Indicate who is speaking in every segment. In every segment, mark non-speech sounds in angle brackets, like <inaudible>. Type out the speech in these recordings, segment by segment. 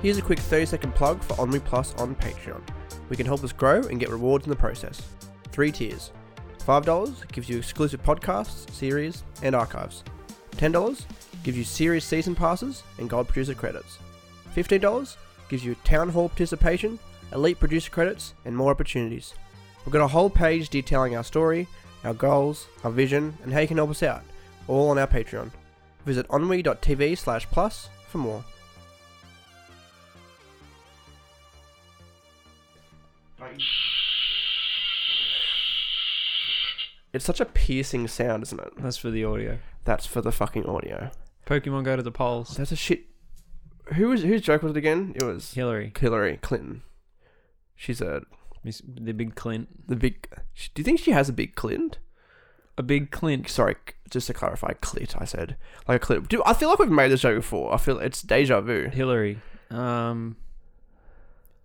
Speaker 1: Here's a quick 30 second plug for Omri Plus on Patreon. We can help us grow and get rewards in the process. Three tiers. $5 gives you exclusive podcasts, series, and archives. $10 gives you series season passes and gold producer credits. $15 gives you town hall participation, elite producer credits, and more opportunities. We've got a whole page detailing our story, our goals, our vision, and how you can help us out, all on our Patreon. Visit onwe.tv slash plus for more. It's such a piercing sound, isn't it?
Speaker 2: That's for the audio.
Speaker 1: That's for the fucking audio.
Speaker 2: Pokemon go to the polls.
Speaker 1: That's a shit. Who was whose joke was it again? It was
Speaker 2: Hillary,
Speaker 1: Hillary Clinton. She's a
Speaker 2: Miss, the big Clint,
Speaker 1: the big. sh- Do you think she has a big clit?
Speaker 2: a big Clint.
Speaker 1: Sorry, c- just to clarify, clit. I said like a clit. Dude, I feel like we've made this joke before. I feel it's deja vu.
Speaker 2: Hillary. Um.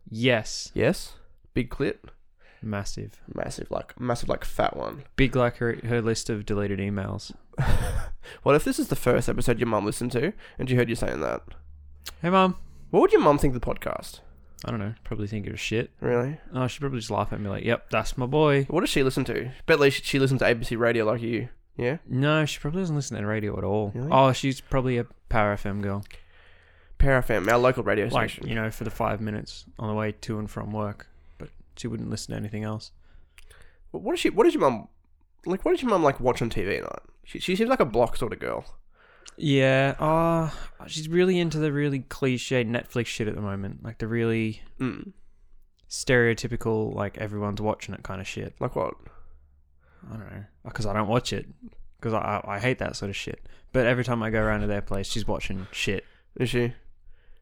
Speaker 2: Yes,
Speaker 1: Yes, big clit,
Speaker 2: massive,
Speaker 1: massive like massive like fat one.
Speaker 2: big like her her list of deleted emails.
Speaker 1: What if this is the first episode your mum listened to and she heard you saying that?
Speaker 2: Hey, mom.
Speaker 1: What would your mum think of the podcast?
Speaker 2: I don't know. Probably think it was shit.
Speaker 1: Really?
Speaker 2: Oh, she'd probably just laugh at me like, "Yep, that's my boy."
Speaker 1: What does she listen to? Bet least she listens to ABC Radio like you. Yeah.
Speaker 2: No, she probably doesn't listen to the radio at all.
Speaker 1: Really?
Speaker 2: Oh, she's probably a Power FM girl.
Speaker 1: Power FM, our local radio
Speaker 2: Like
Speaker 1: station.
Speaker 2: you know, for the five minutes on the way to and from work, but she wouldn't listen to anything else.
Speaker 1: But What does she? What does your mum? Like, what does your mum like watch on TV at night? She, she seems like a block sort of girl.
Speaker 2: Yeah, uh, she's really into the really cliche Netflix shit at the moment, like the really
Speaker 1: Mm.
Speaker 2: stereotypical, like everyone's watching it kind of shit.
Speaker 1: Like what?
Speaker 2: I don't know, because I don't watch it, because I, I I hate that sort of shit. But every time I go around to their place, she's watching shit.
Speaker 1: Is she?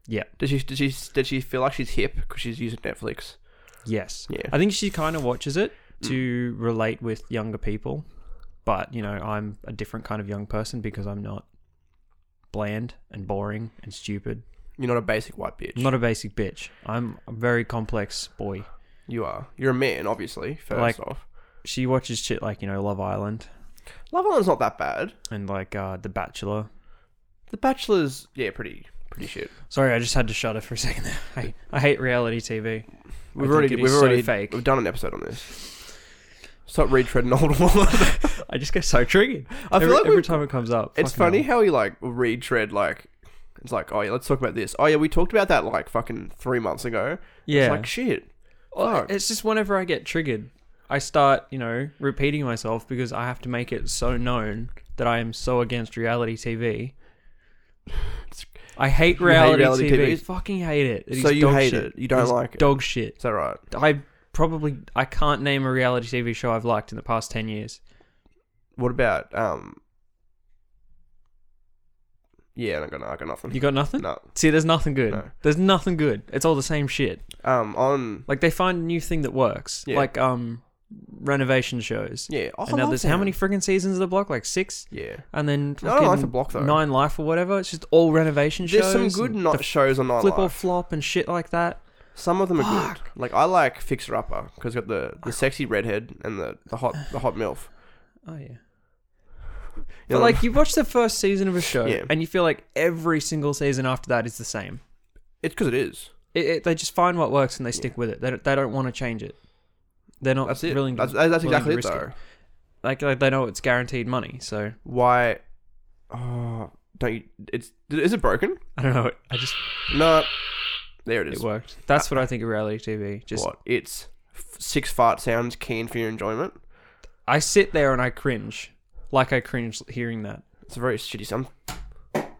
Speaker 2: Yeah.
Speaker 1: Does she? Does she? Did she feel like she's hip because she's using Netflix?
Speaker 2: Yes,
Speaker 1: Yeah.
Speaker 2: I think she kind of watches it to relate with younger people, but you know, I'm a different kind of young person because I'm not bland and boring and stupid.
Speaker 1: You're not a basic white bitch.
Speaker 2: I'm not a basic bitch. I'm a very complex boy.
Speaker 1: you are. You're a man, obviously. First
Speaker 2: Like-
Speaker 1: off,
Speaker 2: She watches shit like you know Love Island
Speaker 1: Love Island's not that bad.
Speaker 2: and like uh, The Bachelor.
Speaker 1: The Bachelor's, yeah, pretty, pretty shit.
Speaker 2: Sorry, I just had to shudder for a second <laughs> there. I, I hate reality TV.
Speaker 1: We've
Speaker 2: think
Speaker 1: already,
Speaker 2: it
Speaker 1: we've
Speaker 2: is so
Speaker 1: already,
Speaker 2: fake.
Speaker 1: we've done an episode on this. Stop retreading old water.
Speaker 2: I just get so triggered
Speaker 1: <laughs> I feel
Speaker 2: every,
Speaker 1: like
Speaker 2: every
Speaker 1: we've-
Speaker 2: time it comes up.
Speaker 1: It's
Speaker 2: Fucking
Speaker 1: funny
Speaker 2: hell.
Speaker 1: how he like retread like it's like oh yeah let's talk about this oh yeah we talked about that like fucking three months ago
Speaker 2: Yeah,
Speaker 1: it's like shit
Speaker 2: Well,
Speaker 1: fuck.
Speaker 2: it's just whenever I get triggered, I start you know repeating myself because I have to make it so known that I am so against reality TV. I hate
Speaker 1: You hate
Speaker 2: reality,
Speaker 1: reality
Speaker 2: TV.
Speaker 1: TV?
Speaker 2: Fucking hate it. It
Speaker 1: so
Speaker 2: is
Speaker 1: you
Speaker 2: dog
Speaker 1: hate
Speaker 2: shit.
Speaker 1: it you don't
Speaker 2: is
Speaker 1: like it
Speaker 2: dog shit.
Speaker 1: is that right
Speaker 2: I probably I can't name a reality TV show I've liked in the past ten years.
Speaker 1: what about um yeah I got I got nothing
Speaker 2: You got nothing?
Speaker 1: no
Speaker 2: See, there's nothing good.
Speaker 1: No.
Speaker 2: There's nothing good. It's all the same shit.
Speaker 1: um on
Speaker 2: Like they find a new thing that works.
Speaker 1: Yeah.
Speaker 2: Like um renovation shows.
Speaker 1: yeah oh, I
Speaker 2: and now
Speaker 1: love
Speaker 2: there's how
Speaker 1: them.
Speaker 2: many friggin' seasons of the block? Like six?
Speaker 1: yeah
Speaker 2: And then
Speaker 1: No, I don't like
Speaker 2: fucking
Speaker 1: The Block, though.
Speaker 2: Nine Life or whatever. It's just all renovation
Speaker 1: there's
Speaker 2: shows.
Speaker 1: some good
Speaker 2: and
Speaker 1: not
Speaker 2: the
Speaker 1: shows on
Speaker 2: flip or
Speaker 1: nightlife
Speaker 2: flop and shit like that.
Speaker 1: some of them are good like I like Fixer Upper because got the the sexy redhead and the the hot the hot milf
Speaker 2: Oh yeah.
Speaker 1: You
Speaker 2: But
Speaker 1: know,
Speaker 2: like you watch the first season of a show
Speaker 1: Yeah.
Speaker 2: and you feel like every single season after that is the same.
Speaker 1: it's because it is
Speaker 2: It, it, they just find what works and they stick with it. They don't, they don't want to change it. They're not
Speaker 1: that's it
Speaker 2: willing.
Speaker 1: that's,
Speaker 2: to,
Speaker 1: that's
Speaker 2: willing
Speaker 1: exactly
Speaker 2: to
Speaker 1: it
Speaker 2: risk
Speaker 1: though
Speaker 2: Like, like they know it's guaranteed money. So
Speaker 1: why oh don't you it's is it broken
Speaker 2: I don't know. I just
Speaker 1: no there it is
Speaker 2: it worked. That's what I think of reality TV. Just
Speaker 1: what it's f- six fart sounds keen for your enjoyment
Speaker 2: I sit there and I cringe, like I cringe hearing that.
Speaker 1: it's a very shitty sound i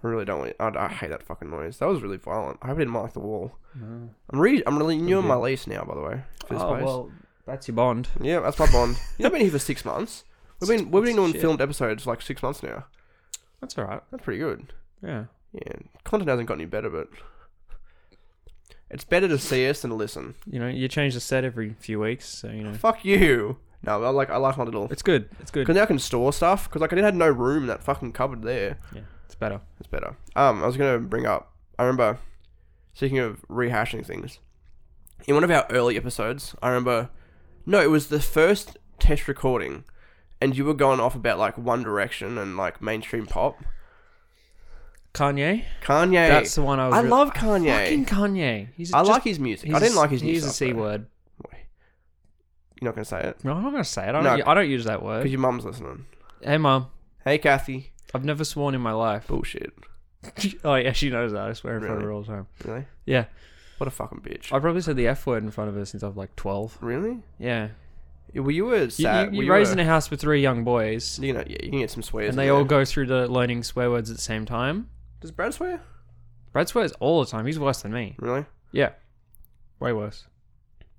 Speaker 1: really don't want I, I hate that fucking noise that was really violent i hope it didn't mark the wall i'm re i'm really new on my lease now by the way for this
Speaker 2: Mm-hmm. oh
Speaker 1: place
Speaker 2: well, that's your bond.
Speaker 1: yeah that's my
Speaker 2: <laughs>
Speaker 1: bond you've been here for six months we've been we've been
Speaker 2: Six
Speaker 1: doing
Speaker 2: months,
Speaker 1: filmed episodes for like six months now
Speaker 2: That's all right.
Speaker 1: that's pretty good
Speaker 2: Yeah.
Speaker 1: yeah content hasn't gotten any better but it's better to see us than to listen
Speaker 2: You know, you change the set every few weeks, so you know
Speaker 1: Fuck you. No, I like I like my little.
Speaker 2: it's good. It's good.
Speaker 1: Because now I can store stuff. Because like I did had no room in that fucking cupboard there.
Speaker 2: Yeah, it's better.
Speaker 1: It's better. Um, I was gonna bring up. I remember. Speaking of rehashing things, in one of our early episodes, I remember. No, it was the first test recording, and you were going off about like One Direction and like mainstream pop.
Speaker 2: Kanye.
Speaker 1: Kanye.
Speaker 2: That's the one I was.
Speaker 1: I
Speaker 2: really-
Speaker 1: love Kanye.
Speaker 2: Fucking Kanye. He's
Speaker 1: I
Speaker 2: just-
Speaker 1: like his music.
Speaker 2: he's
Speaker 1: I
Speaker 2: a-
Speaker 1: didn't like his
Speaker 2: He's
Speaker 1: music.
Speaker 2: a c word.
Speaker 1: You're not gonna say it
Speaker 2: No, I'm not gonna say it. I don't.
Speaker 1: No.
Speaker 2: u- I don't use that
Speaker 1: because
Speaker 2: word.
Speaker 1: your mum's listening.
Speaker 2: Hey, mum.
Speaker 1: Hey, Kathy.
Speaker 2: I've never sworn in my life.
Speaker 1: Bullshit.
Speaker 2: <laughs> oh yeah, she knows that. I swear in front of her all the time.
Speaker 1: Really?
Speaker 2: Yeah,
Speaker 1: What a fucking bitch.
Speaker 2: I probably said the f word in front of her since I was like twelve.
Speaker 1: really?
Speaker 2: Yeah,
Speaker 1: Were you a
Speaker 2: you,
Speaker 1: sad?
Speaker 2: you,
Speaker 1: were
Speaker 2: you raised
Speaker 1: a-
Speaker 2: in a house with three young boys,
Speaker 1: You know, yeah, you can get some swears.
Speaker 2: and
Speaker 1: in
Speaker 2: they all
Speaker 1: there.
Speaker 2: go through the learning swear words at the same time.
Speaker 1: Does Brad swear?
Speaker 2: Brad swears all the time. He's worse than me.
Speaker 1: Really?
Speaker 2: Yeah, way worse.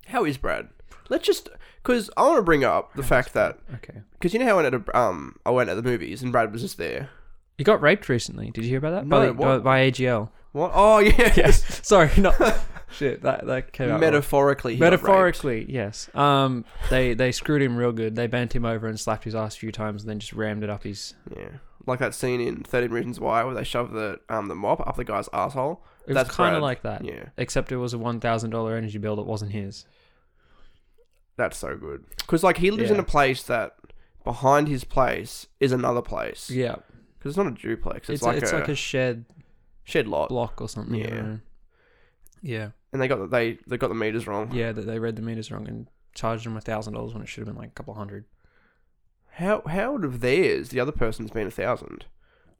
Speaker 1: How is Brad? Let's just, because I want to bring up the fact that,
Speaker 2: Okay.
Speaker 1: because you know how I went at a, um, I went at the movies and Brad was just there.
Speaker 2: He got raped recently. Did you hear about that?
Speaker 1: No,
Speaker 2: by, the-
Speaker 1: what?
Speaker 2: by AGL.
Speaker 1: What? Oh yeah,
Speaker 2: <laughs>
Speaker 1: yes.
Speaker 2: Sorry, no.
Speaker 1: <laughs>
Speaker 2: Shit, that that came out. wrong.
Speaker 1: Metaphorically, he got raped.
Speaker 2: Metaphorically, yes. Um, they they screwed him real good. They bent him over and slapped his ass a few times, and then just rammed it up his.
Speaker 1: Yeah, like that scene in Thirteen Reasons Why where they shove the um the mop up the guy's asshole.
Speaker 2: It was
Speaker 1: That's
Speaker 2: kind
Speaker 1: Brad.
Speaker 2: of like that,
Speaker 1: Yeah,
Speaker 2: except it was a one thousand dollar energy bill that wasn't his.
Speaker 1: that's so good. Because like he lives in
Speaker 2: Yeah.
Speaker 1: a place that behind his place is another place. Because
Speaker 2: Yeah,
Speaker 1: it's not a duplex. It's,
Speaker 2: it's
Speaker 1: like, a
Speaker 2: shed
Speaker 1: shed lot,
Speaker 2: block or something. I
Speaker 1: Yeah.
Speaker 2: don't know. yeah,
Speaker 1: and they got the, they they got the meters wrong.
Speaker 2: yeah. That they read the meters wrong and charged him a thousand dollars when it should have been like a couple hundred.
Speaker 1: How how would have theirs the other person's been a thousand?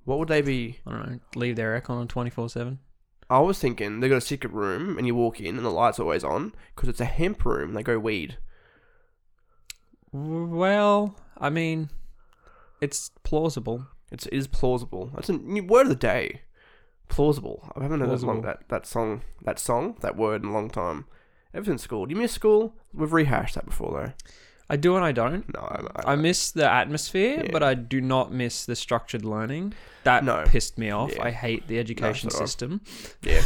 Speaker 1: What would they be?
Speaker 2: I don't know. Leave their aircon on twenty four seven.
Speaker 1: I was thinking they got a secret room and you walk in and the light's always on because it's a hemp room. They go weed.
Speaker 2: Well, I mean, it's plausible.
Speaker 1: It's, it is plausible. That's a new word of the day. Plausible. I haven't heard that, long,
Speaker 2: Plausible.
Speaker 1: that that song that song that word in a long time. Ever since school. Do you miss school? We've rehashed that before
Speaker 2: I do and I don't.
Speaker 1: though. No, I, I,
Speaker 2: I miss the atmosphere,
Speaker 1: Yeah.
Speaker 2: but I do not miss the structured learning. That
Speaker 1: No.
Speaker 2: pissed me off.
Speaker 1: Yeah.
Speaker 2: I hate the education
Speaker 1: so do I.
Speaker 2: system. <laughs>
Speaker 1: yeah.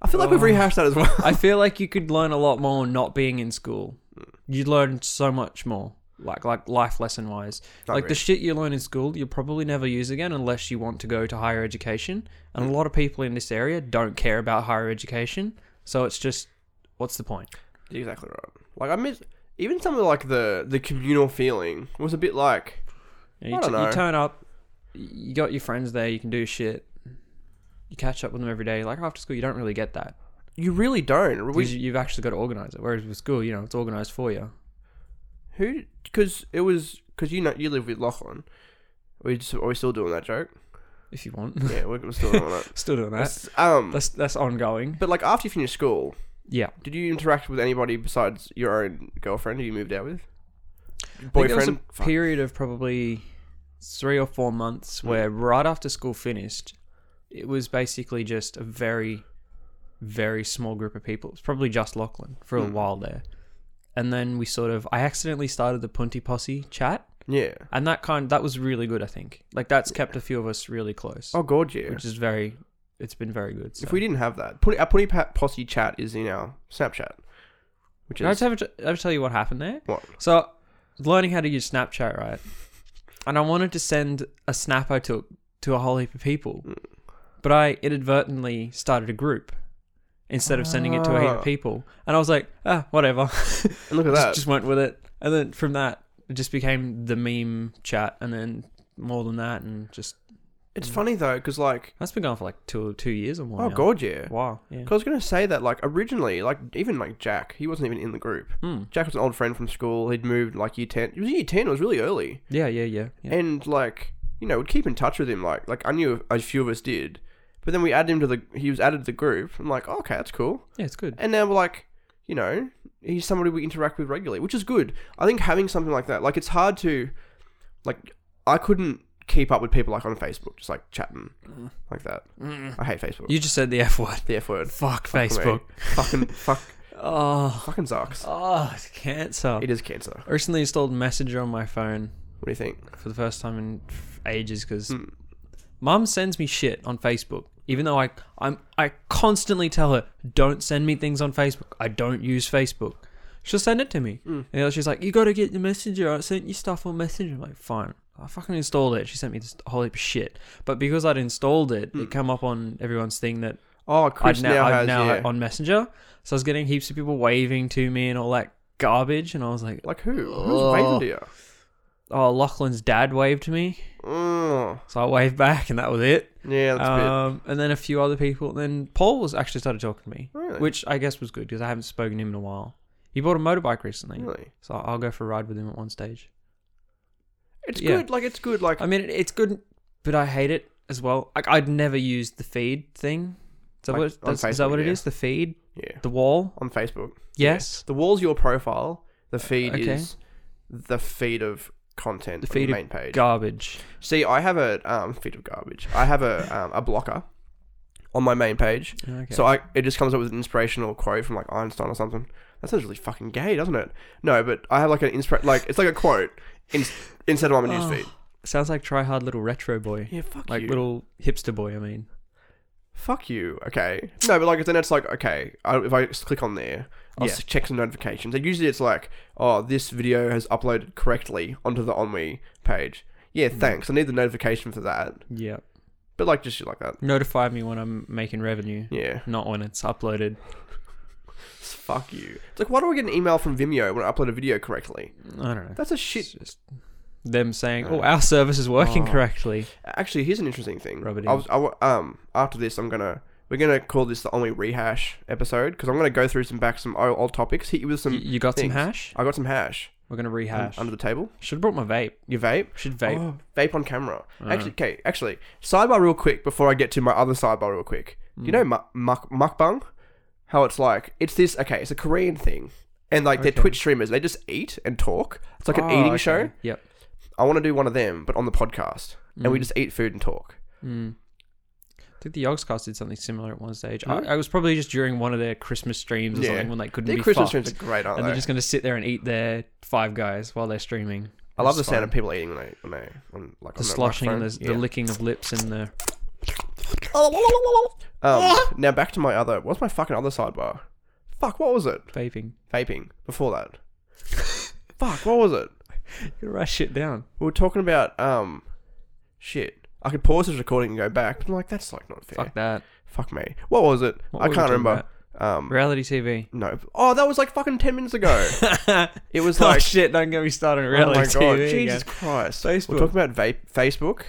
Speaker 1: I feel like we've
Speaker 2: Oh.
Speaker 1: rehashed that as well.
Speaker 2: I feel like you could learn a lot more not being in school.
Speaker 1: Hmm.
Speaker 2: You learn so much more, like like life lesson wise.
Speaker 1: I
Speaker 2: like
Speaker 1: agree.
Speaker 2: the shit you learn in school, you'll probably never use again unless you want to go to higher education. And
Speaker 1: Hmm.
Speaker 2: a lot of people in this area don't care about higher education, so it's just, what's the point?
Speaker 1: You're exactly right. Like I miss even some of like the the communal feeling was a bit like
Speaker 2: You,
Speaker 1: I
Speaker 2: know, you,
Speaker 1: don't
Speaker 2: t- you
Speaker 1: know.
Speaker 2: turn up, you got your friends there, you can do shit. You catch up with them every day. Like after school, you don't really get that.
Speaker 1: you really don't. We,
Speaker 2: Because you- you've actually got to organize it. Whereas with school, you know, it's organized for you.
Speaker 1: Who? Because it was because you know you live with Lachlan. We just are we still doing that
Speaker 2: <laughs>
Speaker 1: joke?
Speaker 2: If you want, <laughs>
Speaker 1: Yeah, we're, we're still doing it.
Speaker 2: still doing that.
Speaker 1: It's, um,
Speaker 2: <laughs> That's that's ongoing.
Speaker 1: but like after you finish school,
Speaker 2: Yeah.
Speaker 1: did you interact with anybody besides your own girlfriend who you moved out with?
Speaker 2: I think there was
Speaker 1: Boyfriend.
Speaker 2: a
Speaker 1: Fuck. Mm.
Speaker 2: period of probably three or four months where right after school finished, it was basically just a very, very small group of people. It's probably just Lachlan for
Speaker 1: Mm.
Speaker 2: a while there. And then we sort of, I accidentally started the Punty Posse chat,
Speaker 1: yeah.
Speaker 2: and that kind that was really good. I think like that's kept a few of us really close,
Speaker 1: Oh god, yeah.
Speaker 2: which is very, it's been very good. So.
Speaker 1: If we didn't have that, put our Putty Pat Posse chat is in our Snapchat, which
Speaker 2: Can I
Speaker 1: is
Speaker 2: just have a, I'll tell you what happened there?
Speaker 1: what
Speaker 2: So, learning how to use Snapchat, right? And I wanted to send a snap I took to a whole heap of people,
Speaker 1: Hmm.
Speaker 2: but I inadvertently started a group instead of sending it to a heap
Speaker 1: Ah.
Speaker 2: of people. And I was like, ah, whatever. <laughs>
Speaker 1: and look at that.
Speaker 2: just, just went with it. And then from that, it just became the meme chat, and then more than that, and just
Speaker 1: it's funny though, because like
Speaker 2: that's been going for like two two years or more.
Speaker 1: oh
Speaker 2: now.
Speaker 1: god, yeah.
Speaker 2: Wow. Yeah.
Speaker 1: 'Cause I was gonna say that like originally, like even like Jack, he wasn't even in the group.
Speaker 2: Mm.
Speaker 1: Jack was an old friend from school. He'd moved like year ten. It was year ten. It was really early,
Speaker 2: Yeah. Yeah. Yeah. yeah.
Speaker 1: and like you know, would keep in touch with him. Like like I knew a few of us did, but then we added him to the. He was added to the group. I'm like, oh, okay, that's cool.
Speaker 2: yeah. It's good.
Speaker 1: And now we're like, you know, he's somebody we interact with regularly, which is good. I think having something like that, like it's hard to, like I couldn't keep up with people like on Facebook, just like chatting like that. I hate Facebook.
Speaker 2: Mm. You just said the F word.
Speaker 1: Mm. the F word.
Speaker 2: Fuck
Speaker 1: Fuck me.
Speaker 2: Facebook.
Speaker 1: Fucking fuck.
Speaker 2: Oh.
Speaker 1: Fucking
Speaker 2: <laughs>
Speaker 1: sucks.
Speaker 2: Oh, it's cancer.
Speaker 1: It is cancer.
Speaker 2: I recently installed Messenger on my phone
Speaker 1: What do you think?
Speaker 2: for the first time in f- ages because
Speaker 1: Mm.
Speaker 2: mum sends me shit on Facebook. Even though I I'm I constantly tell her don't send me things on Facebook. I don't use Facebook. She'll send it to me,
Speaker 1: Hmm.
Speaker 2: and she's like, "You got to get the Messenger. I sent you stuff on Messenger." I'm like, fine. I fucking installed it. She sent me this whole heap of shit, but because I'd installed it, it come up on everyone's thing that
Speaker 1: Oh,
Speaker 2: I'd
Speaker 1: Hmm. Chris
Speaker 2: now,
Speaker 1: now,
Speaker 2: I'd
Speaker 1: has
Speaker 2: now
Speaker 1: yeah.
Speaker 2: on Messenger. So I was getting heaps of people waving to me and all that garbage, and I was like,
Speaker 1: like who? Who's
Speaker 2: Oh.
Speaker 1: waving to you?
Speaker 2: oh, Lachlan's dad waved to me,
Speaker 1: Mm.
Speaker 2: so I waved back, and that was it.
Speaker 1: Yeah, that's a bit.
Speaker 2: Um, and then a few other people. Then Paul was actually started talking to me,
Speaker 1: Really?
Speaker 2: which I guess was good because I haven't spoken to him in a while. He bought a motorbike recently,
Speaker 1: Really?
Speaker 2: so I'll go for a ride with him at one stage.
Speaker 1: It's
Speaker 2: yeah.
Speaker 1: good. Like it's good. Like
Speaker 2: I mean, it, it's good, but I hate it as well. Like I'd never used the feed thing. Is that
Speaker 1: Like,
Speaker 2: what,
Speaker 1: on
Speaker 2: that's, is that
Speaker 1: Facebook,
Speaker 2: what it
Speaker 1: yeah.
Speaker 2: is? The feed,
Speaker 1: yeah,
Speaker 2: the wall.
Speaker 1: on Facebook.
Speaker 2: Yes,
Speaker 1: The wall's your profile. The feed
Speaker 2: Uh, Okay.
Speaker 1: is the feed of content.
Speaker 2: The
Speaker 1: The
Speaker 2: feed
Speaker 1: feed
Speaker 2: of
Speaker 1: main page.
Speaker 2: garbage.
Speaker 1: See, I have a um, feed of garbage. I have a um, a blocker on my main page.
Speaker 2: Okay.
Speaker 1: So I it just comes up with an inspirational quote from like Einstein or something. That sounds really fucking gay, doesn't it? No, but I have like an inspira- like it's like a quote in- instead of my
Speaker 2: Oh.
Speaker 1: newsfeed.
Speaker 2: sounds like try hard little retro boy,
Speaker 1: Yeah, fuck
Speaker 2: like
Speaker 1: you.
Speaker 2: little hipster boy. I mean,
Speaker 1: fuck you. Okay. No, but like then it's like okay, I, if I just click on there, I'll
Speaker 2: Yeah.
Speaker 1: s check some notifications. And usually it's like, oh, this video has uploaded correctly onto the OnWe page. Yeah,
Speaker 2: Hmm.
Speaker 1: thanks. I need the notification for that.
Speaker 2: yeah.
Speaker 1: But like just shit like that.
Speaker 2: Notify me when I'm making revenue,
Speaker 1: Yeah.
Speaker 2: not when it's uploaded.
Speaker 1: It's fuck you. It's like why do I get an email from Vimeo when I upload a video correctly?
Speaker 2: I don't know.
Speaker 1: That's a shit
Speaker 2: It's just them saying,
Speaker 1: Uh,
Speaker 2: "Oh, our service is working
Speaker 1: oh.
Speaker 2: correctly."
Speaker 1: Actually, here's an interesting thing.
Speaker 2: Rub it
Speaker 1: I
Speaker 2: in.
Speaker 1: was, I wa- um, after this, I'm gonna we're gonna call this the only rehash episode because I'm gonna go through some back some old, old topics. Hit you with some.
Speaker 2: you, you got
Speaker 1: things.
Speaker 2: some hash?
Speaker 1: I got some hash,
Speaker 2: We're gonna
Speaker 1: un-
Speaker 2: rehash.
Speaker 1: under the table.
Speaker 2: Should have brought my vape.
Speaker 1: You vape.
Speaker 2: Should vape.
Speaker 1: Oh, vape on camera.
Speaker 2: Uh.
Speaker 1: Actually, okay. Actually, sidebar real quick before I get to my other sidebar real quick. Do
Speaker 2: Hmm.
Speaker 1: you know mu- muk- mukbang? How it's like? It's this. Okay, it's a Korean thing, and like
Speaker 2: Okay.
Speaker 1: they're Twitch streamers. They just eat and talk. It's like an
Speaker 2: Oh,
Speaker 1: eating
Speaker 2: okay.
Speaker 1: show.
Speaker 2: Yep.
Speaker 1: I want to do one of them, but on the podcast, and we
Speaker 2: Mm.
Speaker 1: just eat food and talk.
Speaker 2: Mm. I think the Yogscast did something similar at one stage.
Speaker 1: Really?
Speaker 2: I, I was probably just during one of their Christmas streams or
Speaker 1: Hmm. Yeah.
Speaker 2: something when they couldn't
Speaker 1: Their
Speaker 2: be
Speaker 1: Christmas
Speaker 2: fucked,
Speaker 1: streams are great, aren't
Speaker 2: and
Speaker 1: they?
Speaker 2: they're just gonna sit there and eat their Five Guys while they're streaming.
Speaker 1: I love
Speaker 2: It's
Speaker 1: the sound of
Speaker 2: fine.
Speaker 1: people eating when they, when they, when, like
Speaker 2: the
Speaker 1: on
Speaker 2: sloshing and
Speaker 1: microphone.
Speaker 2: the, the
Speaker 1: <laughs>
Speaker 2: licking of lips and the.
Speaker 1: Yeah.
Speaker 2: Ah!
Speaker 1: Um, now back to my other. What's my fucking other sidebar? Fuck, what was it?
Speaker 2: Vaping.
Speaker 1: Vaping. Before that.
Speaker 2: <laughs>
Speaker 1: Fuck, what was it?
Speaker 2: You write shit down.
Speaker 1: We were talking about um, shit. I could pause this recording and go back, but I'm like, that's like not fair.
Speaker 2: Fuck that.
Speaker 1: Fuck me. What was it?
Speaker 2: What
Speaker 1: I
Speaker 2: were we
Speaker 1: can't
Speaker 2: talking
Speaker 1: remember. Um,
Speaker 2: Reality TV.
Speaker 1: <laughs> no. Oh, that was like fucking ten minutes ago. it was
Speaker 2: <laughs> oh
Speaker 1: like
Speaker 2: shit! Don't get me started. on Reality
Speaker 1: oh
Speaker 2: <laughs>
Speaker 1: my
Speaker 2: TV.
Speaker 1: god,
Speaker 2: again.
Speaker 1: Jesus Christ.
Speaker 2: Facebook.
Speaker 1: We We're talking about vape, Facebook.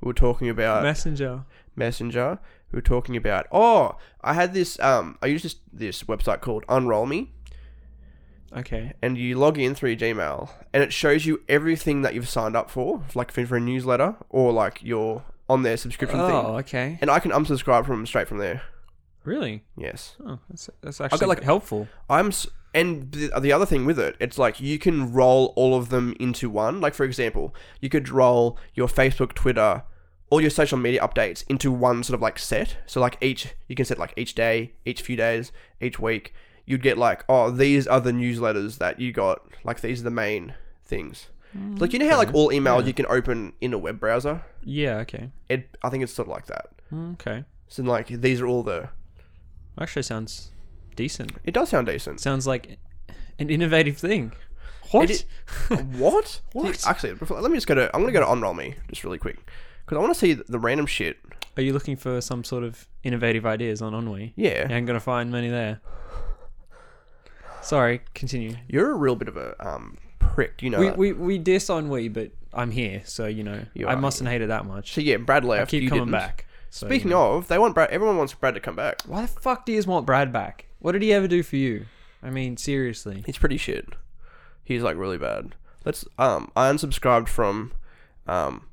Speaker 1: We were talking about
Speaker 2: Messenger.
Speaker 1: Messenger. We were talking about. Oh, I had this. Um, I use this this website called Unroll Me,
Speaker 2: Okay.
Speaker 1: and you log in through your Gmail, and it shows you everything that you've signed up for, like for, for a newsletter or like your on their subscription thing.
Speaker 2: Oh, okay.
Speaker 1: And I can unsubscribe from straight from there.
Speaker 2: Really?
Speaker 1: Yes,
Speaker 2: Oh, that's that's actually
Speaker 1: like-
Speaker 2: like helpful.
Speaker 1: I'm. s- And the, the other thing with it, it's like you can roll all of them into one. Like for example, you could roll your Facebook, Twitter. All your social media updates into one sort of like set. So like each you can set like each day, each few days, each week. You'd get like, oh, these are the newsletters that you got. Like these are the main things. Like you know how like all email you can open in a web browser.
Speaker 2: Yeah. Okay.
Speaker 1: It I think it's sort of like that.
Speaker 2: Mm, Okay.
Speaker 1: So like these are all the.
Speaker 2: Actually, sounds decent.
Speaker 1: It does sound decent.
Speaker 2: Sounds like an innovative thing. What?
Speaker 1: It <laughs> what?
Speaker 2: What?
Speaker 1: Actually, before, let me just go to. I'm gonna go to unroll me just really quick because I want to see the, the random shit.
Speaker 2: <laughs> Are you looking for some sort of innovative ideas on Ennui?
Speaker 1: Yeah.
Speaker 2: You ain't gonna find many there. Sorry. Continue.
Speaker 1: you're a real bit of a um prick, you know. that.
Speaker 2: We, we we diss Ennui, but I'm here, so you know
Speaker 1: You
Speaker 2: I
Speaker 1: are
Speaker 2: mustn't hate it that much.
Speaker 1: so yeah, Brad
Speaker 2: I
Speaker 1: left.
Speaker 2: keep
Speaker 1: you
Speaker 2: coming
Speaker 1: didn't.
Speaker 2: back. so, you
Speaker 1: Speaking
Speaker 2: know.
Speaker 1: of, they want Brad. Everyone wants Brad to come back.
Speaker 2: Why the fuck do you want Brad back? What did he ever do for you? I mean, seriously.
Speaker 1: He's pretty shit. He's like really bad. Let's um. I unsubscribed from, um,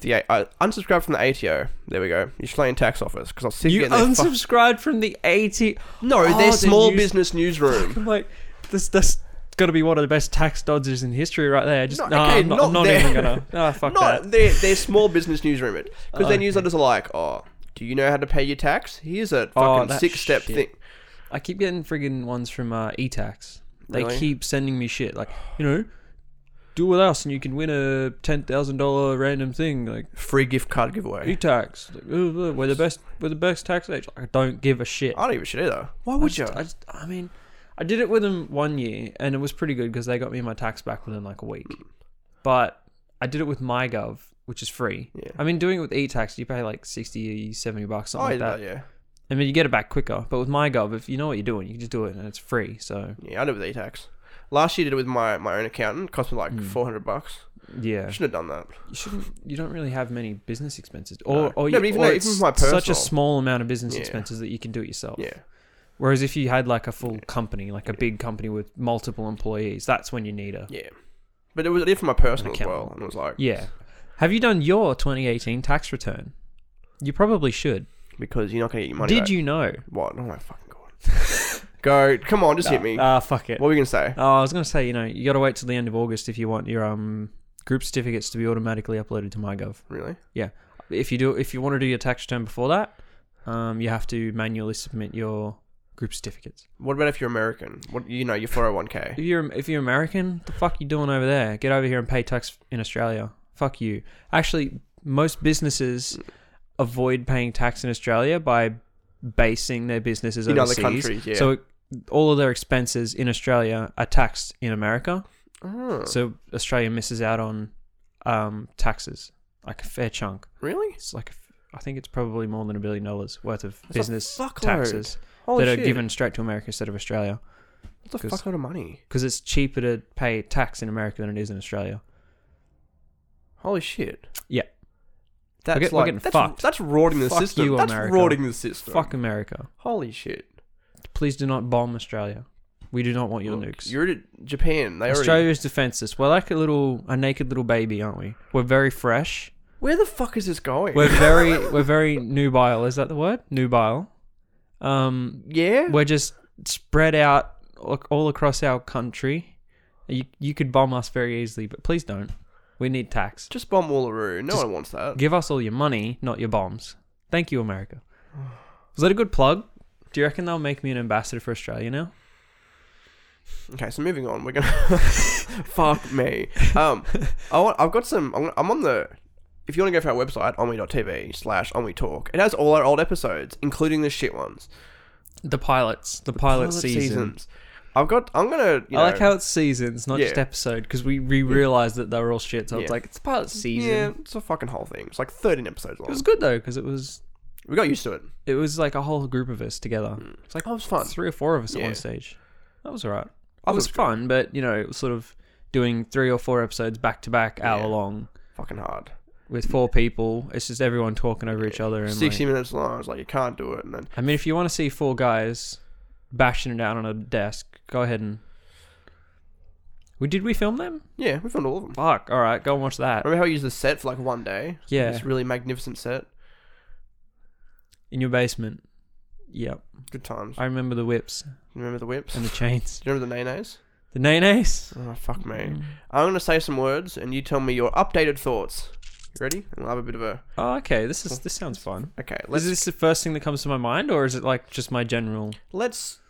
Speaker 1: the A- I unsubscribed from the ATO. There we go. The Australian Tax Office because I was sick of
Speaker 2: You
Speaker 1: getting their fu-
Speaker 2: unsubscribed from the 80.
Speaker 1: no,
Speaker 2: Oh,
Speaker 1: their
Speaker 2: the
Speaker 1: small
Speaker 2: news-
Speaker 1: business newsroom.
Speaker 2: I'm like, this, that's got to be one of the best tax dodgers in history right there. Just,
Speaker 1: No,
Speaker 2: nah,
Speaker 1: okay,
Speaker 2: I'm not,
Speaker 1: not
Speaker 2: I'm not
Speaker 1: there.
Speaker 2: even going to.
Speaker 1: <laughs>
Speaker 2: Ah, fuck
Speaker 1: Not
Speaker 2: that.
Speaker 1: their, their small business newsroom it. Because their
Speaker 2: Okay.
Speaker 1: newsletters are like, oh, do you know how to pay your tax? Here's a
Speaker 2: Oh,
Speaker 1: fucking
Speaker 2: that
Speaker 1: six step
Speaker 2: shit.
Speaker 1: thing.
Speaker 2: I keep getting friggin' ones from uh, eTax. They
Speaker 1: Really?
Speaker 2: keep sending me shit. Like, you know, do with us and you can win a $10,000 random thing. Like,
Speaker 1: Free gift card giveaway.
Speaker 2: eTax. Like, "Uh, uh, we're the best. We're the best tax agent. I don't give a shit.
Speaker 1: I don't give a shit either. Why
Speaker 2: I
Speaker 1: would you?
Speaker 2: just, I, just, I mean, I did it with them one year, and it was pretty good because they got me my tax back within like a week. But I did it with MyGov, which is free.
Speaker 1: Yeah.
Speaker 2: I mean, doing it with eTax, you pay like 60, 70 bucks,
Speaker 1: Oh,
Speaker 2: something like
Speaker 1: yeah,
Speaker 2: that.
Speaker 1: yeah.
Speaker 2: I mean, you get it back quicker. But with MyGov, if you know what you're doing, you can just do it, and it's free. So Hmm.
Speaker 1: Yeah, I did it with e-tax. Last year, I did it with my, my own accountant. Cost me like 400 bucks.
Speaker 2: Yeah.
Speaker 1: I shouldn't have done that.
Speaker 2: You shouldn't. You don't really have many business expenses, or
Speaker 1: No.
Speaker 2: or,
Speaker 1: No,
Speaker 2: you,
Speaker 1: but even
Speaker 2: or
Speaker 1: though-
Speaker 2: it's
Speaker 1: even my
Speaker 2: such a
Speaker 1: personal-
Speaker 2: small amount of business
Speaker 1: Yeah.
Speaker 2: expenses that you can do it yourself.
Speaker 1: Yeah.
Speaker 2: Whereas if you had like a full
Speaker 1: Yeah.
Speaker 2: company, like a
Speaker 1: Yeah.
Speaker 2: big company with multiple employees, that's when you need a
Speaker 1: Yeah. But it was it did for my personal as
Speaker 2: account.
Speaker 1: well. And it was like,
Speaker 2: yeah. Have you done your 2018 tax return? You probably should.
Speaker 1: because you're not going to get your money
Speaker 2: Did
Speaker 1: back.
Speaker 2: you know?
Speaker 1: What? Oh my fucking god. <laughs> Go. Come on, just hit me.
Speaker 2: Ah, fuck it.
Speaker 1: what were you going to say?
Speaker 2: Oh, I was gonna say, you know, you gotta wait till the end of August if you want your um group certificates to be automatically uploaded to MyGov.
Speaker 1: Really?
Speaker 2: If you do, if you want to do your tax return before that, um, you have to manually submit your group certificates.
Speaker 1: What about if you're American? What you know, your 401k.
Speaker 2: If you're if you're American, the fuck you doing over there? Get over here and pay tax in Australia. Fuck you. Actually, most businesses avoid paying tax in Australia by basing their businesses
Speaker 1: In other
Speaker 2: overseas.
Speaker 1: countries, yeah.
Speaker 2: So it- all of their expenses in Australia are taxed in America.
Speaker 1: Oh,
Speaker 2: So Australia misses out on um, taxes, like a fair chunk.
Speaker 1: really?
Speaker 2: It's like a f- I think it's probably more than a billion dollars worth of
Speaker 1: That's a
Speaker 2: business
Speaker 1: fuckload.
Speaker 2: taxes
Speaker 1: Holy
Speaker 2: that
Speaker 1: shit.
Speaker 2: are given straight to America instead of Australia
Speaker 1: That's a
Speaker 2: 'cause-
Speaker 1: fuckload of money.
Speaker 2: because it's cheaper to pay tax in America than it is in Australia.
Speaker 1: Holy shit.
Speaker 2: Yeah.
Speaker 1: That's
Speaker 2: get- we're
Speaker 1: like
Speaker 2: getting
Speaker 1: that's
Speaker 2: fucked.
Speaker 1: that's rorting the
Speaker 2: Fuck
Speaker 1: system.
Speaker 2: you,
Speaker 1: that's
Speaker 2: America.
Speaker 1: rorting the system.
Speaker 2: Fuck America!
Speaker 1: Holy shit.
Speaker 2: Please do not bomb Australia. We do not want your
Speaker 1: Look,
Speaker 2: nukes.
Speaker 1: You're in Japan. They already.
Speaker 2: Australia is defenseless. We're like a little a naked little baby, aren't we? We're very fresh.
Speaker 1: Where the fuck is this going? <laughs>
Speaker 2: We're very we're very nubile. Is that the word? Nubile. Um,
Speaker 1: yeah.
Speaker 2: we're just spread out a- all across our country. You, you could bomb us very easily, but please don't. We need tax.
Speaker 1: Just bomb Wallaroo. No
Speaker 2: Just-
Speaker 1: one wants that.
Speaker 2: Give us all your money, not your bombs. Thank you, America. Was that a good plug? Do you reckon they'll make me an ambassador for Australia now?
Speaker 1: Okay, so moving on, we're gonna <laughs> fuck me. Um, I want, I've got some. I'm, I'm on the. If you want to go for our website, onwe.tv slash onwe talk, it has all our old episodes, including the shit ones,
Speaker 2: The pilots, the, pilot, season.
Speaker 1: I've got. I'm gonna. You know,
Speaker 2: I like how it's seasons, not
Speaker 1: Yeah.
Speaker 2: just episode, because we we realized that they were all shit. So
Speaker 1: Yeah.
Speaker 2: it's like it's pilot season.
Speaker 1: Yeah, it's a fucking whole thing. It's like 13 episodes
Speaker 2: It
Speaker 1: long.
Speaker 2: was good though, because it was
Speaker 1: We got used to it.
Speaker 2: it was like a whole group of us together. It's like
Speaker 1: That was fun.
Speaker 2: three or four of us at
Speaker 1: Mm. Yeah.
Speaker 2: one stage. That was alright.
Speaker 1: thought
Speaker 2: It was
Speaker 1: it was good.
Speaker 2: fun, but you know, it was sort of doing three or four episodes back to back, hour
Speaker 1: Yeah.
Speaker 2: long,
Speaker 1: Fucking hard.
Speaker 2: with four people. It's just everyone talking over each other. And
Speaker 1: 60
Speaker 2: like,
Speaker 1: minutes long. I was like, you can't do it. And then
Speaker 2: I mean, if you want to see four guys bashing it out on a desk, go ahead and. We did we film them?
Speaker 1: yeah, we filmed all of them.
Speaker 2: Fuck! All right, go and watch that.
Speaker 1: Remember how we used the set for like one day?
Speaker 2: Yeah,
Speaker 1: This really magnificent set.
Speaker 2: in your basement. Yep,
Speaker 1: Good times.
Speaker 2: I remember the whips
Speaker 1: You remember the whips?
Speaker 2: and the chains,
Speaker 1: Do you remember the nays?
Speaker 2: the nays.
Speaker 1: Oh fuck me.
Speaker 2: Mm.
Speaker 1: I'm gonna say some words, and you tell me your updated thoughts. You ready? And we'll have a bit of a
Speaker 2: Oh, okay. This is this sounds fun.
Speaker 1: okay. Let's
Speaker 2: is this the first thing that comes to my mind, or is it like just my general?
Speaker 1: let's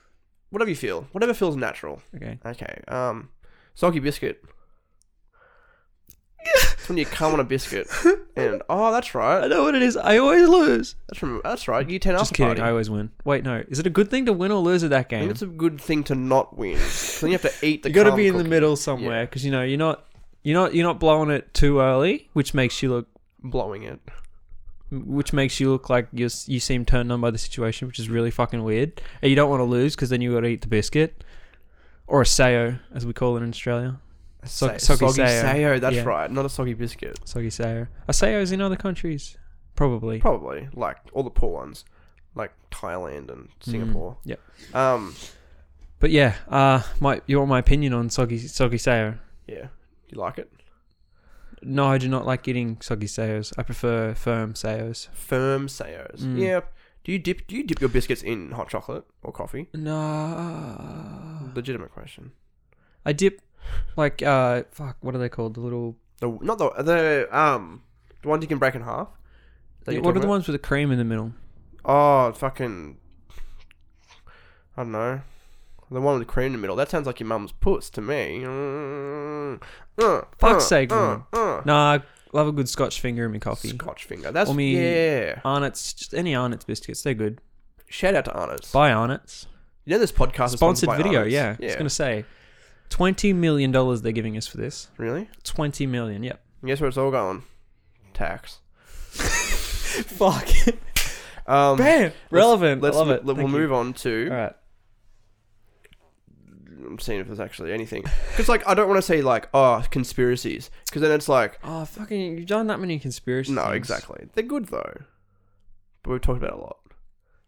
Speaker 1: whatever you feel, whatever feels natural.
Speaker 2: Okay.
Speaker 1: Okay. Um, soggy biscuit. it's when you come on a
Speaker 2: <laughs>
Speaker 1: biscuit, and oh, that's
Speaker 2: I
Speaker 1: right.
Speaker 2: know what it is. I always lose.
Speaker 1: That's from that's right. You ten
Speaker 2: Just
Speaker 1: after
Speaker 2: kidding.
Speaker 1: party.
Speaker 2: I always win. Wait, no. Is it a good thing to win or lose at that
Speaker 1: I think
Speaker 2: game?
Speaker 1: it's a good thing to not
Speaker 2: <laughs>
Speaker 1: win. 'cause Then you have to eat the.
Speaker 2: You got to
Speaker 1: calm
Speaker 2: be in the
Speaker 1: cookie.
Speaker 2: middle somewhere because you know you're not, you're not, you're not blowing it too early, which makes you look,
Speaker 1: blowing it.
Speaker 2: which makes you look like you you seem turned on by the situation, which is really fucking weird. And you don't want to lose because then you got to eat the biscuit, or a sayo as we call it in Australia. So-
Speaker 1: Sa-
Speaker 2: soggy
Speaker 1: soggy
Speaker 2: sayo.
Speaker 1: sayo. That's
Speaker 2: Yeah.
Speaker 1: right. Not a soggy biscuit.
Speaker 2: Soggy sayo. A sayo is in other countries, probably.
Speaker 1: Probably like all the poor ones, like Thailand and
Speaker 2: Mm.
Speaker 1: Singapore.
Speaker 2: yep.
Speaker 1: Um.
Speaker 2: But yeah, uh, my you want my opinion on soggy soggy sayo?
Speaker 1: Yeah. You like it?
Speaker 2: No, I do not like eating soggy sayos. I prefer firm sayos.
Speaker 1: Firm sayos.
Speaker 2: Mm.
Speaker 1: Yeah. Do you dip? Do you dip your biscuits in hot chocolate or
Speaker 2: <sighs>
Speaker 1: coffee?
Speaker 2: No.
Speaker 1: Legitimate question.
Speaker 2: I dip like uh fuck, what are they called? The little
Speaker 1: The not the the um the ones you can break in half. Is that
Speaker 2: Yeah,
Speaker 1: you're
Speaker 2: what are the
Speaker 1: talking
Speaker 2: ones with the cream in the middle?
Speaker 1: about? Oh, fucking. I don't know. The one with the cream in the middle. That sounds like your mum's puss to me. Mm. Uh,
Speaker 2: Fuck's
Speaker 1: uh,
Speaker 2: sake,
Speaker 1: uh,
Speaker 2: woman.
Speaker 1: uh.
Speaker 2: Nah, I love a good scotch finger in my coffee.
Speaker 1: Scotch finger. That's
Speaker 2: Or me-
Speaker 1: yeah.
Speaker 2: Arnott's just any Arnott's biscuits, they're good.
Speaker 1: Shout out to Arnott's.
Speaker 2: Buy Arnott's.
Speaker 1: You know this podcast is
Speaker 2: Sponsored
Speaker 1: by
Speaker 2: video,
Speaker 1: Arnott's?
Speaker 2: yeah. I was gonna say. Twenty million dollars they're giving us for this.
Speaker 1: Really?
Speaker 2: Twenty million, yep.
Speaker 1: And guess where it's all going?
Speaker 2: <laughs>
Speaker 1: Tax.
Speaker 2: Fuck.
Speaker 1: Um,
Speaker 2: Bam. Relevant.
Speaker 1: Let's
Speaker 2: love
Speaker 1: mo-
Speaker 2: it.
Speaker 1: We'll
Speaker 2: Thank you.
Speaker 1: move on to
Speaker 2: All right.
Speaker 1: and seeing if there's actually anything. Because like I don't want to say like oh conspiracies, because then it's like
Speaker 2: Oh, fucking, you've done that many conspiracies.
Speaker 1: no, exactly. They're good though, but we've talked about it a lot.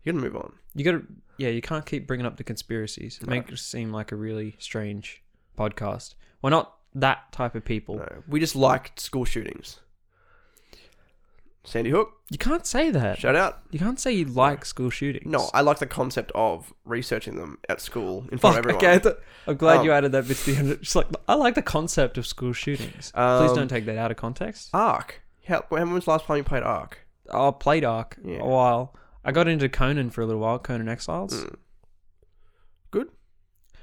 Speaker 1: You gotta move on.
Speaker 2: You gotta, yeah, you can't keep bringing up the conspiracies. It
Speaker 1: No.
Speaker 2: makes it seem like a really strange podcast. We're not that type of people.
Speaker 1: No, we just liked school shootings. Sandy Hook,
Speaker 2: You can't say that.
Speaker 1: shout out.
Speaker 2: You can't say you like school shootings.
Speaker 1: No, I like the concept of researching them at school in front
Speaker 2: Fuck,
Speaker 1: of everyone.
Speaker 2: okay. I th- I'm glad
Speaker 1: Um,
Speaker 2: you added that bit to the end. Just like, I like the concept of school shootings. Please
Speaker 1: Um,
Speaker 2: don't take that out of context.
Speaker 1: Ark. How, when was the last time you played Ark?
Speaker 2: I played Ark
Speaker 1: Yeah.
Speaker 2: a while. I got into Conan for a little while, Conan Exiles.
Speaker 1: Mm. Good.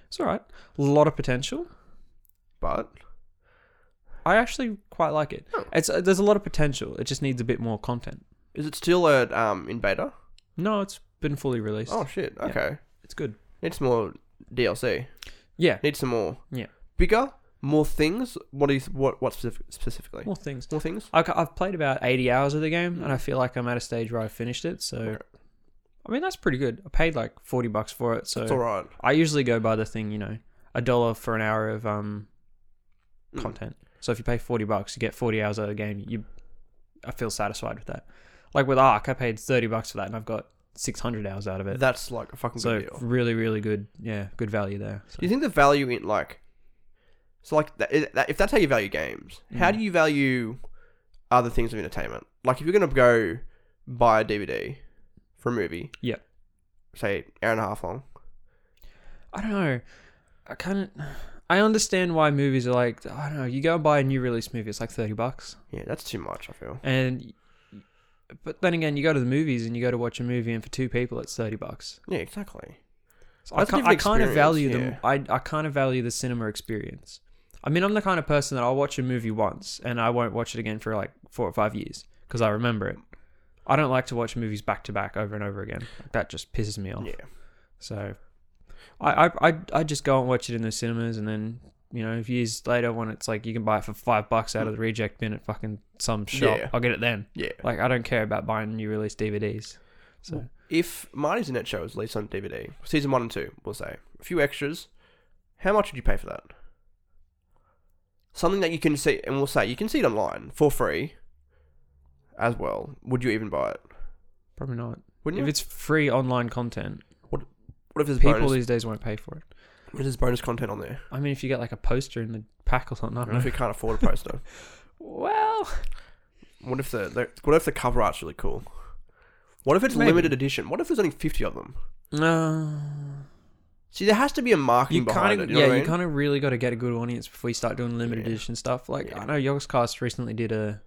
Speaker 2: It's all right. A lot of potential.
Speaker 1: But
Speaker 2: I actually quite like it.
Speaker 1: Oh.
Speaker 2: It's uh, there's a lot of potential. It just needs a bit more content.
Speaker 1: is it still at um in beta?
Speaker 2: No, it's been fully released.
Speaker 1: Oh shit.
Speaker 2: Yeah.
Speaker 1: Okay.
Speaker 2: It's good.
Speaker 1: Need some more DLC.
Speaker 2: Yeah,
Speaker 1: Need some more.
Speaker 2: Yeah.
Speaker 1: Bigger, more things. What do you th- what what specific, specifically?
Speaker 2: more things.
Speaker 1: More things.
Speaker 2: I, ca- I've played about 80 hours of the game, and I feel like I'm at a stage where I finished it. So,
Speaker 1: Okay.
Speaker 2: I mean, that's pretty good. I paid like 40 bucks for it. So,
Speaker 1: It's all right.
Speaker 2: I usually go by the thing, you know, a dollar for an hour of um
Speaker 1: Mm.
Speaker 2: content. So if you pay forty bucks, you get forty hours out of the game. You, I feel satisfied with that. Like with Ark, I paid thirty bucks for that, and I've got six hundred hours out of it.
Speaker 1: That's like a fucking
Speaker 2: so
Speaker 1: good deal.
Speaker 2: really, really good. Yeah, good value there. So-
Speaker 1: Do you think the value in like, so like that, i- that, if that's how you value games, how
Speaker 2: Mm.
Speaker 1: do you value other things of entertainment? Like if you're gonna go buy a DVD for a movie,
Speaker 2: Yeah.
Speaker 1: say hour and a half long.
Speaker 2: I don't know. I kind of. I understand why movies are like. I don't know. You go and buy a new release movie, it's like thirty bucks,
Speaker 1: Yeah, that's too much. I feel.
Speaker 2: and. But then again, you go to the movies and you go to watch a movie, and for two people, it's thirty bucks.
Speaker 1: Yeah, exactly.
Speaker 2: So I,
Speaker 1: That's a
Speaker 2: ca- I
Speaker 1: different
Speaker 2: kind of
Speaker 1: experience,
Speaker 2: value
Speaker 1: yeah.
Speaker 2: them. I, I kind of value the cinema experience. I mean, I'm the kind of person that I'll watch a movie once and I won't watch it again for like four or five years because I remember it. I don't like to watch movies back to back over and over again. Like, that just pisses me off.
Speaker 1: Yeah,
Speaker 2: So I, I, I, I just go and watch it in the cinemas and then, you know, if years later when it's like you can buy it for five bucks out of the reject bin at fucking some shop,
Speaker 1: Yeah.
Speaker 2: I'll get it then.
Speaker 1: yeah.
Speaker 2: Like, I don't care about buying new release DVDs. So.
Speaker 1: If Marty's Net Show is released on DVD, season one and two, we'll say a few extras. How much would you pay for that? Something that you can see, and we'll say you can see it online for free, as well. Would you even buy it?
Speaker 2: Probably not.
Speaker 1: Wouldn't you?
Speaker 2: If it's free online content,
Speaker 1: What if there's
Speaker 2: people
Speaker 1: bonus?
Speaker 2: these days won't pay for it.
Speaker 1: What if there's bonus content on there?
Speaker 2: I mean, if you get like a poster in the pack or something, I
Speaker 1: What
Speaker 2: don't
Speaker 1: if
Speaker 2: know.
Speaker 1: we can't afford a poster?
Speaker 2: <laughs> Well,
Speaker 1: what if the, the what if the cover art's really cool? What if it's
Speaker 2: Maybe.
Speaker 1: limited edition? What if there's only fifty of them?
Speaker 2: no.
Speaker 1: See, there has to be a marketing
Speaker 2: You
Speaker 1: behind
Speaker 2: kind
Speaker 1: it.
Speaker 2: of
Speaker 1: You
Speaker 2: yeah,
Speaker 1: know what I
Speaker 2: you
Speaker 1: mean?
Speaker 2: kind of really got to get a good audience before you start doing limited
Speaker 1: Yeah.
Speaker 2: edition stuff. Like
Speaker 1: Yeah.
Speaker 2: I know Yogscast recently did a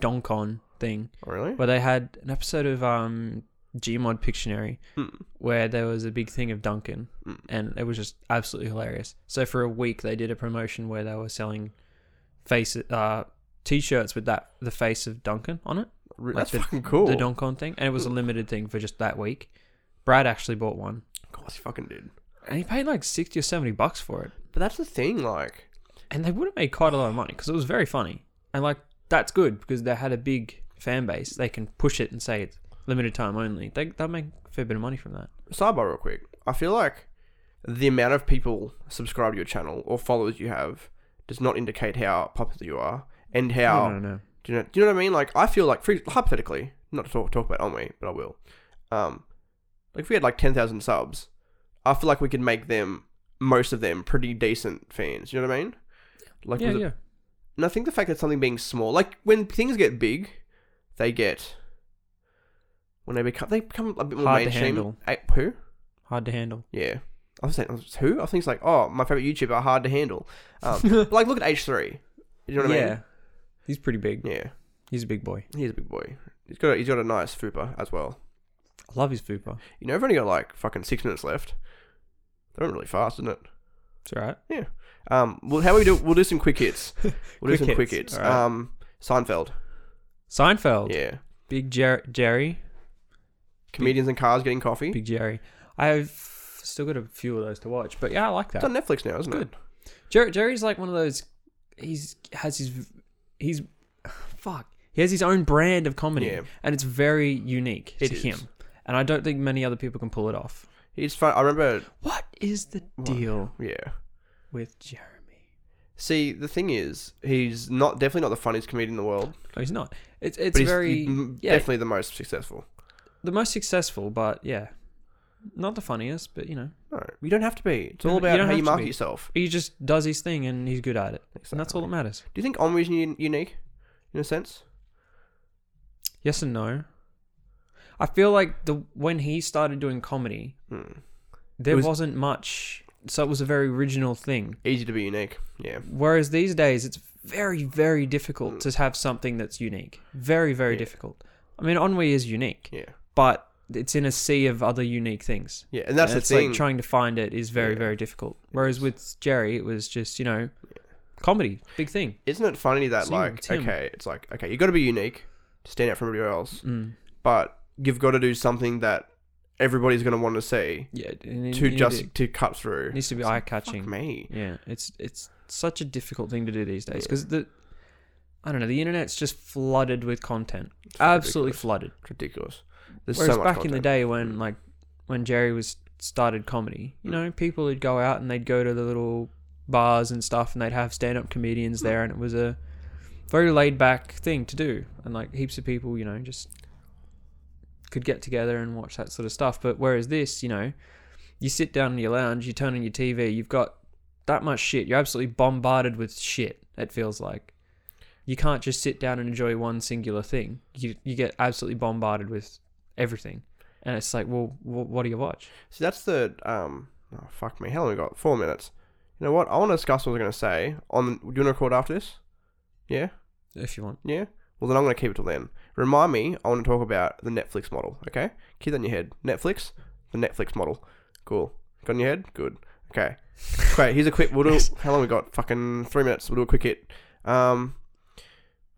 Speaker 2: Doncon thing
Speaker 1: Oh, really?
Speaker 2: where they had an episode of um Gmod Pictionary
Speaker 1: Mm.
Speaker 2: where there was a big thing of Duncan
Speaker 1: Mm.
Speaker 2: and it was just absolutely hilarious. So for a week they did a promotion where they were selling face uh t-shirts with that the face of Duncan on it.
Speaker 1: Re-
Speaker 2: like
Speaker 1: That's
Speaker 2: the-
Speaker 1: fucking cool.
Speaker 2: the Doncon thing, and it was a limited thing for just that week. Brad actually bought one,
Speaker 1: of course, you fucking did.
Speaker 2: and he paid like sixty or seventy bucks for it,
Speaker 1: But that's the thing, like,
Speaker 2: and they would have made quite a lot of money because it was very funny, and like that's good because they had a big fan base. They can push it and say it's limited time only. They they'll make a fair bit of money from that.
Speaker 1: sidebar real quick. I feel like the amount of people subscribe to your channel or followers you have does not indicate how popular you are and how
Speaker 2: No, no, no.
Speaker 1: Do you know? Do you know what I mean? Like, I feel like, for, ex- hypothetically, not to talk, talk about on me, but I will. Um, like if we had like ten thousand subs, I feel like we could make them most of them pretty decent fans. You know what I mean? Like,
Speaker 2: yeah,
Speaker 1: with a-
Speaker 2: yeah.
Speaker 1: and I think the fact that something being small, like when things get big, they get when they become they become a bit more
Speaker 2: Hard to
Speaker 1: mainstream.
Speaker 2: handle.
Speaker 1: Eh, who?
Speaker 2: Hard to handle.
Speaker 1: Yeah. I was saying, I was- who? I think it's like, oh, my favorite YouTuber, hard to handle.
Speaker 2: <laughs>
Speaker 1: Um, but like, look at H3. You know what
Speaker 2: yeah,
Speaker 1: I mean?
Speaker 2: he's pretty big.
Speaker 1: Yeah.
Speaker 2: He's a big boy.
Speaker 1: He's a big boy. He's got a, he's got a nice fupa as well.
Speaker 2: I love his fupa.
Speaker 1: You know, I've only got like fucking six minutes left. They went really fast, didn't it?
Speaker 2: It's all right.
Speaker 1: Um, well, how we do? We'll do some quick
Speaker 2: <laughs>
Speaker 1: hits. We'll do
Speaker 2: Quick
Speaker 1: some quick
Speaker 2: hits,
Speaker 1: hits.
Speaker 2: alright.
Speaker 1: Um, Seinfeld.
Speaker 2: Seinfeld.
Speaker 1: Yeah.
Speaker 2: Big Jer- Jerry.
Speaker 1: Comedians and cars getting coffee.
Speaker 2: Big Jerry. I've still got a few of those to watch, but yeah, I like
Speaker 1: It's
Speaker 2: that.
Speaker 1: on Netflix now, isn't
Speaker 2: Good. Jerry, Jerry's like one of those. He's has his he's <sighs> fuck. He has his own brand of comedy,
Speaker 1: Yeah.
Speaker 2: and it's very unique
Speaker 1: It
Speaker 2: to
Speaker 1: is.
Speaker 2: him. And I don't think many other people can pull it off.
Speaker 1: it? He's fun. I remember
Speaker 2: What is the deal
Speaker 1: Yeah.
Speaker 2: with Jeremy?
Speaker 1: See, the thing is, he's not definitely not the funniest comedian in the world,
Speaker 2: No, he's not. It's it's
Speaker 1: but he's
Speaker 2: very
Speaker 1: m-
Speaker 2: yeah,
Speaker 1: definitely the most successful.
Speaker 2: the most successful, but yeah, not the funniest, but you know,
Speaker 1: No, you don't have to be. It's all
Speaker 2: You don't- you
Speaker 1: about
Speaker 2: don't
Speaker 1: how
Speaker 2: have
Speaker 1: you
Speaker 2: to
Speaker 1: market
Speaker 2: be.
Speaker 1: yourself.
Speaker 2: he just does his thing and he's good at it, and that's all that matters.
Speaker 1: Do you think Omri's un- unique, in a sense?
Speaker 2: Yes and no. I feel like the when he started doing comedy,
Speaker 1: Hmm.
Speaker 2: there
Speaker 1: was-
Speaker 2: was, not much, so it was a very original thing.
Speaker 1: Easy to be unique. Yeah.
Speaker 2: Whereas these days, it's very, very difficult to have something that's unique. Very,
Speaker 1: Hmm.
Speaker 2: very
Speaker 1: Yeah.
Speaker 2: difficult. I mean, Ennui is unique,
Speaker 1: Yeah.
Speaker 2: but it's in a sea of other unique things.
Speaker 1: Yeah. And that's
Speaker 2: And
Speaker 1: the
Speaker 2: it's
Speaker 1: thing.
Speaker 2: Like trying to find it is very,
Speaker 1: Yeah.
Speaker 2: very difficult. Whereas
Speaker 1: is.
Speaker 2: with Jerry, it was just you know, comedy, big thing.
Speaker 1: Isn't it funny that
Speaker 2: See,
Speaker 1: like
Speaker 2: Tim.
Speaker 1: okay, it's like okay, you got to be unique, to stand out from everybody else,
Speaker 2: Mm.
Speaker 1: but you've got to do something that everybody's going to want to see
Speaker 2: Yeah, and it-
Speaker 1: to
Speaker 2: it
Speaker 1: just
Speaker 2: needs-
Speaker 1: to cut through.
Speaker 2: needs to be eye catching.
Speaker 1: Me.
Speaker 2: Yeah, it's it's such a difficult thing to do these days because the I don't know the internet's just flooded with content, absolutely
Speaker 1: ridiculous.
Speaker 2: flooded.
Speaker 1: It's ridiculous. There's
Speaker 2: Whereas
Speaker 1: so much
Speaker 2: back in the
Speaker 1: content.
Speaker 2: day when like when Jerry was started comedy, you know, people would go out and they'd go to the little bars and stuff and they'd have stand up comedians there and it was a very laid back thing to do and like heaps of people, you know, just could get together and watch that sort of stuff. But whereas this, you know, you sit down in your lounge, you turn on your TV, you've got that much shit. You're absolutely bombarded with shit, it feels like. You can't just sit down and enjoy one singular thing. You you get absolutely bombarded with everything. And it's like, well, wh- what do you watch?
Speaker 1: See, that's the um. Oh, fuck me. How long we got? Four minutes. You know what? I want to discuss what I was going to say. On do you want to record after this? Yeah,
Speaker 2: If you want.
Speaker 1: yeah. Well, then I'm going to keep it till then. Remind me. I want to talk about the Netflix model. Okay, keep that in your head. Netflix, the Netflix model. Cool. Got in your head? Good. Okay. Great. Here's a quick. We'll do.
Speaker 2: Yes.
Speaker 1: How long we got? Fucking three minutes. We'll do a quick hit. Um,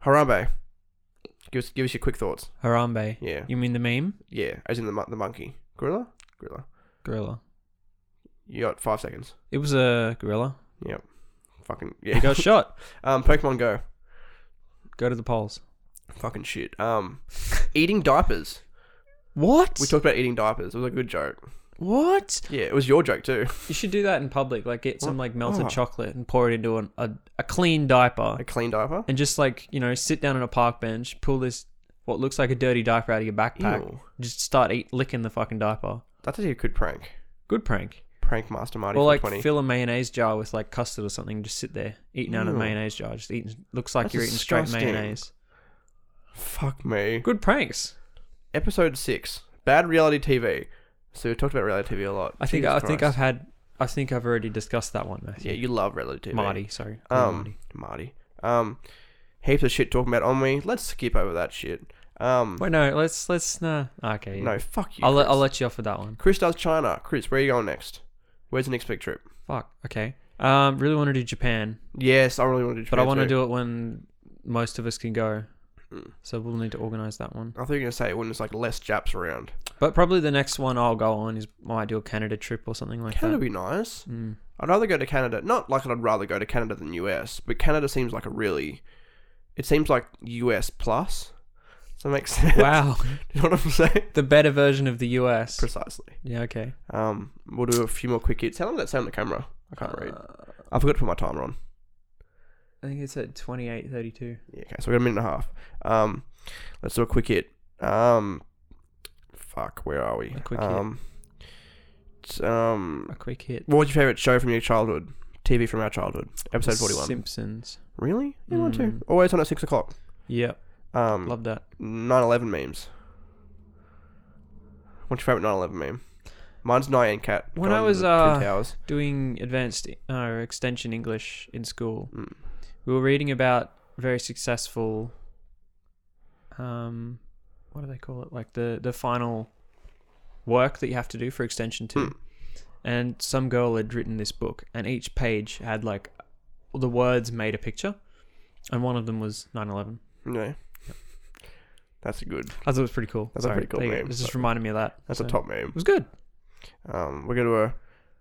Speaker 1: Harambe. Give us give us your quick thoughts.
Speaker 2: <laughs> Harambe.
Speaker 1: Yeah,
Speaker 2: You mean the meme?
Speaker 1: yeah. As in the mon- the monkey gorilla. Gorilla.
Speaker 2: Gorilla.
Speaker 1: You got five seconds.
Speaker 2: It was a gorilla.
Speaker 1: Fucking
Speaker 2: He
Speaker 1: yeah.
Speaker 2: got shot.
Speaker 1: Um, Pokemon Go.
Speaker 2: Go to the polls.
Speaker 1: Fucking shit. Um, eating diapers.
Speaker 2: What?
Speaker 1: We talked about eating diapers. It was a good joke.
Speaker 2: what?
Speaker 1: Yeah, it was your joke too.
Speaker 2: <laughs> You should do that in public. Like get some like melted
Speaker 1: Oh.
Speaker 2: chocolate and pour it into an, a a clean diaper.
Speaker 1: A clean diaper.
Speaker 2: and just like you know sit down on a park bench pull this what looks like a dirty diaper out of your backpack
Speaker 1: Ew.
Speaker 2: just start eat, licking the fucking diaper
Speaker 1: That's actually a good prank.
Speaker 2: good prank
Speaker 1: Prank Master Marty
Speaker 2: or like
Speaker 1: 420.
Speaker 2: fill a mayonnaise jar with like custard or something just sit there eating out of
Speaker 1: Ew.
Speaker 2: a mayonnaise jar just eating looks like
Speaker 1: That's
Speaker 2: you're eating straight
Speaker 1: disgusting.
Speaker 2: mayonnaise
Speaker 1: Fuck me.
Speaker 2: good pranks
Speaker 1: Episode six. Bad reality TV. So we talked about reality TV a lot.
Speaker 2: i think
Speaker 1: Jesus
Speaker 2: i think
Speaker 1: Christ.
Speaker 2: i've had i think i've already discussed that one
Speaker 1: Yeah,
Speaker 2: Matthew.
Speaker 1: you love reality TV.
Speaker 2: marty sorry Not
Speaker 1: Um,
Speaker 2: marty.
Speaker 1: Marty. Um, heaps of shit talking about on me. Let's skip over that shit. Um,
Speaker 2: wait no let's let's nah. Ah, okay
Speaker 1: no, fuck you.
Speaker 2: I'll, let,
Speaker 1: Chris.
Speaker 2: I'll let you off with that one
Speaker 1: Chris does China. Chris, where are you going next? Where's the next big trip?
Speaker 2: fuck okay um really want to do japan
Speaker 1: Yes, I really want to do.
Speaker 2: But I want to do it when most of us can go.
Speaker 1: Mm.
Speaker 2: So we'll need to organise that one.
Speaker 1: I thought you were gonna say when there's like less Japs around.
Speaker 2: But probably the next one I'll go on is I might do a Canada trip or something like
Speaker 1: Canada
Speaker 2: that.
Speaker 1: would be nice.
Speaker 2: Mm.
Speaker 1: I'd rather go to Canada. Not like I'd rather go to Canada than US, but Canada seems like a really. It seems like US plus. Does that make <laughs> sense?
Speaker 2: Wow,
Speaker 1: you know what I'm saying?
Speaker 2: the better version of the US.
Speaker 1: Precisely.
Speaker 2: Yeah, okay.
Speaker 1: Um, we'll do a few more quick hits. How long did that sound on the camera? I can't read.
Speaker 2: Uh,
Speaker 1: I forgot to put my timer on.
Speaker 2: I think it's at twenty eight thirty two.
Speaker 1: Yeah, okay, so we got a minute and a half. Um, let's do a quick hit. Um, fuck, where are we?
Speaker 2: A quick hit.
Speaker 1: um, it's, um,
Speaker 2: A quick hit.
Speaker 1: what was your favorite show from your childhood? TV from our childhood, episode forty-one.
Speaker 2: Simpsons.
Speaker 1: really? Yeah, mine too.
Speaker 2: Mm.
Speaker 1: Always on at six o'clock.
Speaker 2: Yep,
Speaker 1: Um,
Speaker 2: love that.
Speaker 1: 9/11 memes. What's your favorite 9/11 meme? Mine's Nyan Cat.
Speaker 2: When
Speaker 1: going
Speaker 2: I was,
Speaker 1: to the
Speaker 2: uh,
Speaker 1: Twin Towers.
Speaker 2: Doing advanced uh, extension English in school,
Speaker 1: Mm.
Speaker 2: we were reading about very successful um what do they call it like the the final work that you have to do for extension 2
Speaker 1: Hmm.
Speaker 2: and some girl had written this book and each page had like the words made a picture and one of them was 9-11
Speaker 1: No. That's a good.
Speaker 2: i thought it was pretty cool
Speaker 1: That's a
Speaker 2: Sorry.
Speaker 1: pretty cool
Speaker 2: There you go.
Speaker 1: name.
Speaker 2: this just reminded me of that
Speaker 1: That's
Speaker 2: So,
Speaker 1: a top
Speaker 2: it
Speaker 1: meme.
Speaker 2: was good
Speaker 1: Um, we're gonna. Uh,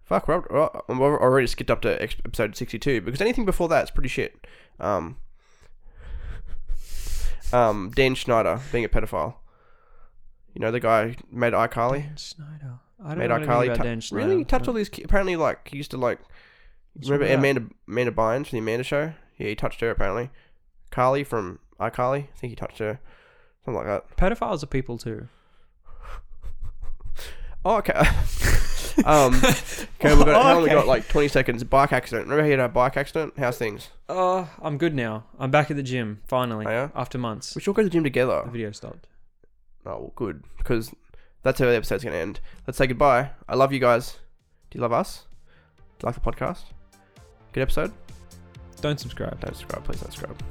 Speaker 1: fuck, we're, uh, I've already skipped up to ex- episode sixty-two because anything before that is pretty shit. Um, um, Dan Schneider being a pedophile. You know the guy who made iCarly.
Speaker 2: Dan Snyder. I don't
Speaker 1: made
Speaker 2: know
Speaker 1: R.
Speaker 2: anything
Speaker 1: Carly.
Speaker 2: about
Speaker 1: tou-
Speaker 2: Dan Schneider.
Speaker 1: really? You touched all these. ki- Apparently, like he used to like.
Speaker 2: What's
Speaker 1: Remember
Speaker 2: wrong with that?
Speaker 1: Amanda Amanda Bynes from the Amanda Show? Yeah, he touched her apparently. Carly from iCarly, I think he touched her, something like that.
Speaker 2: Pedophiles are people too.
Speaker 1: Oh, okay. <laughs>
Speaker 2: <laughs>
Speaker 1: um, okay, we got,
Speaker 2: Oh,
Speaker 1: I only
Speaker 2: okay.
Speaker 1: got like 20 seconds. Bike accident. Remember he had a bike accident? How's things?
Speaker 2: Uh, I'm good now. I'm back at the gym finally
Speaker 1: Oh, yeah?
Speaker 2: after months.
Speaker 1: We should all go to the gym
Speaker 2: the
Speaker 1: together.
Speaker 2: video stopped.
Speaker 1: Oh, well, good because that's how the episode's gonna end. Let's say goodbye. I love you guys. Do you love us? Do you like the podcast? Good episode.
Speaker 2: Don't subscribe.
Speaker 1: Don't subscribe, please. Don't subscribe.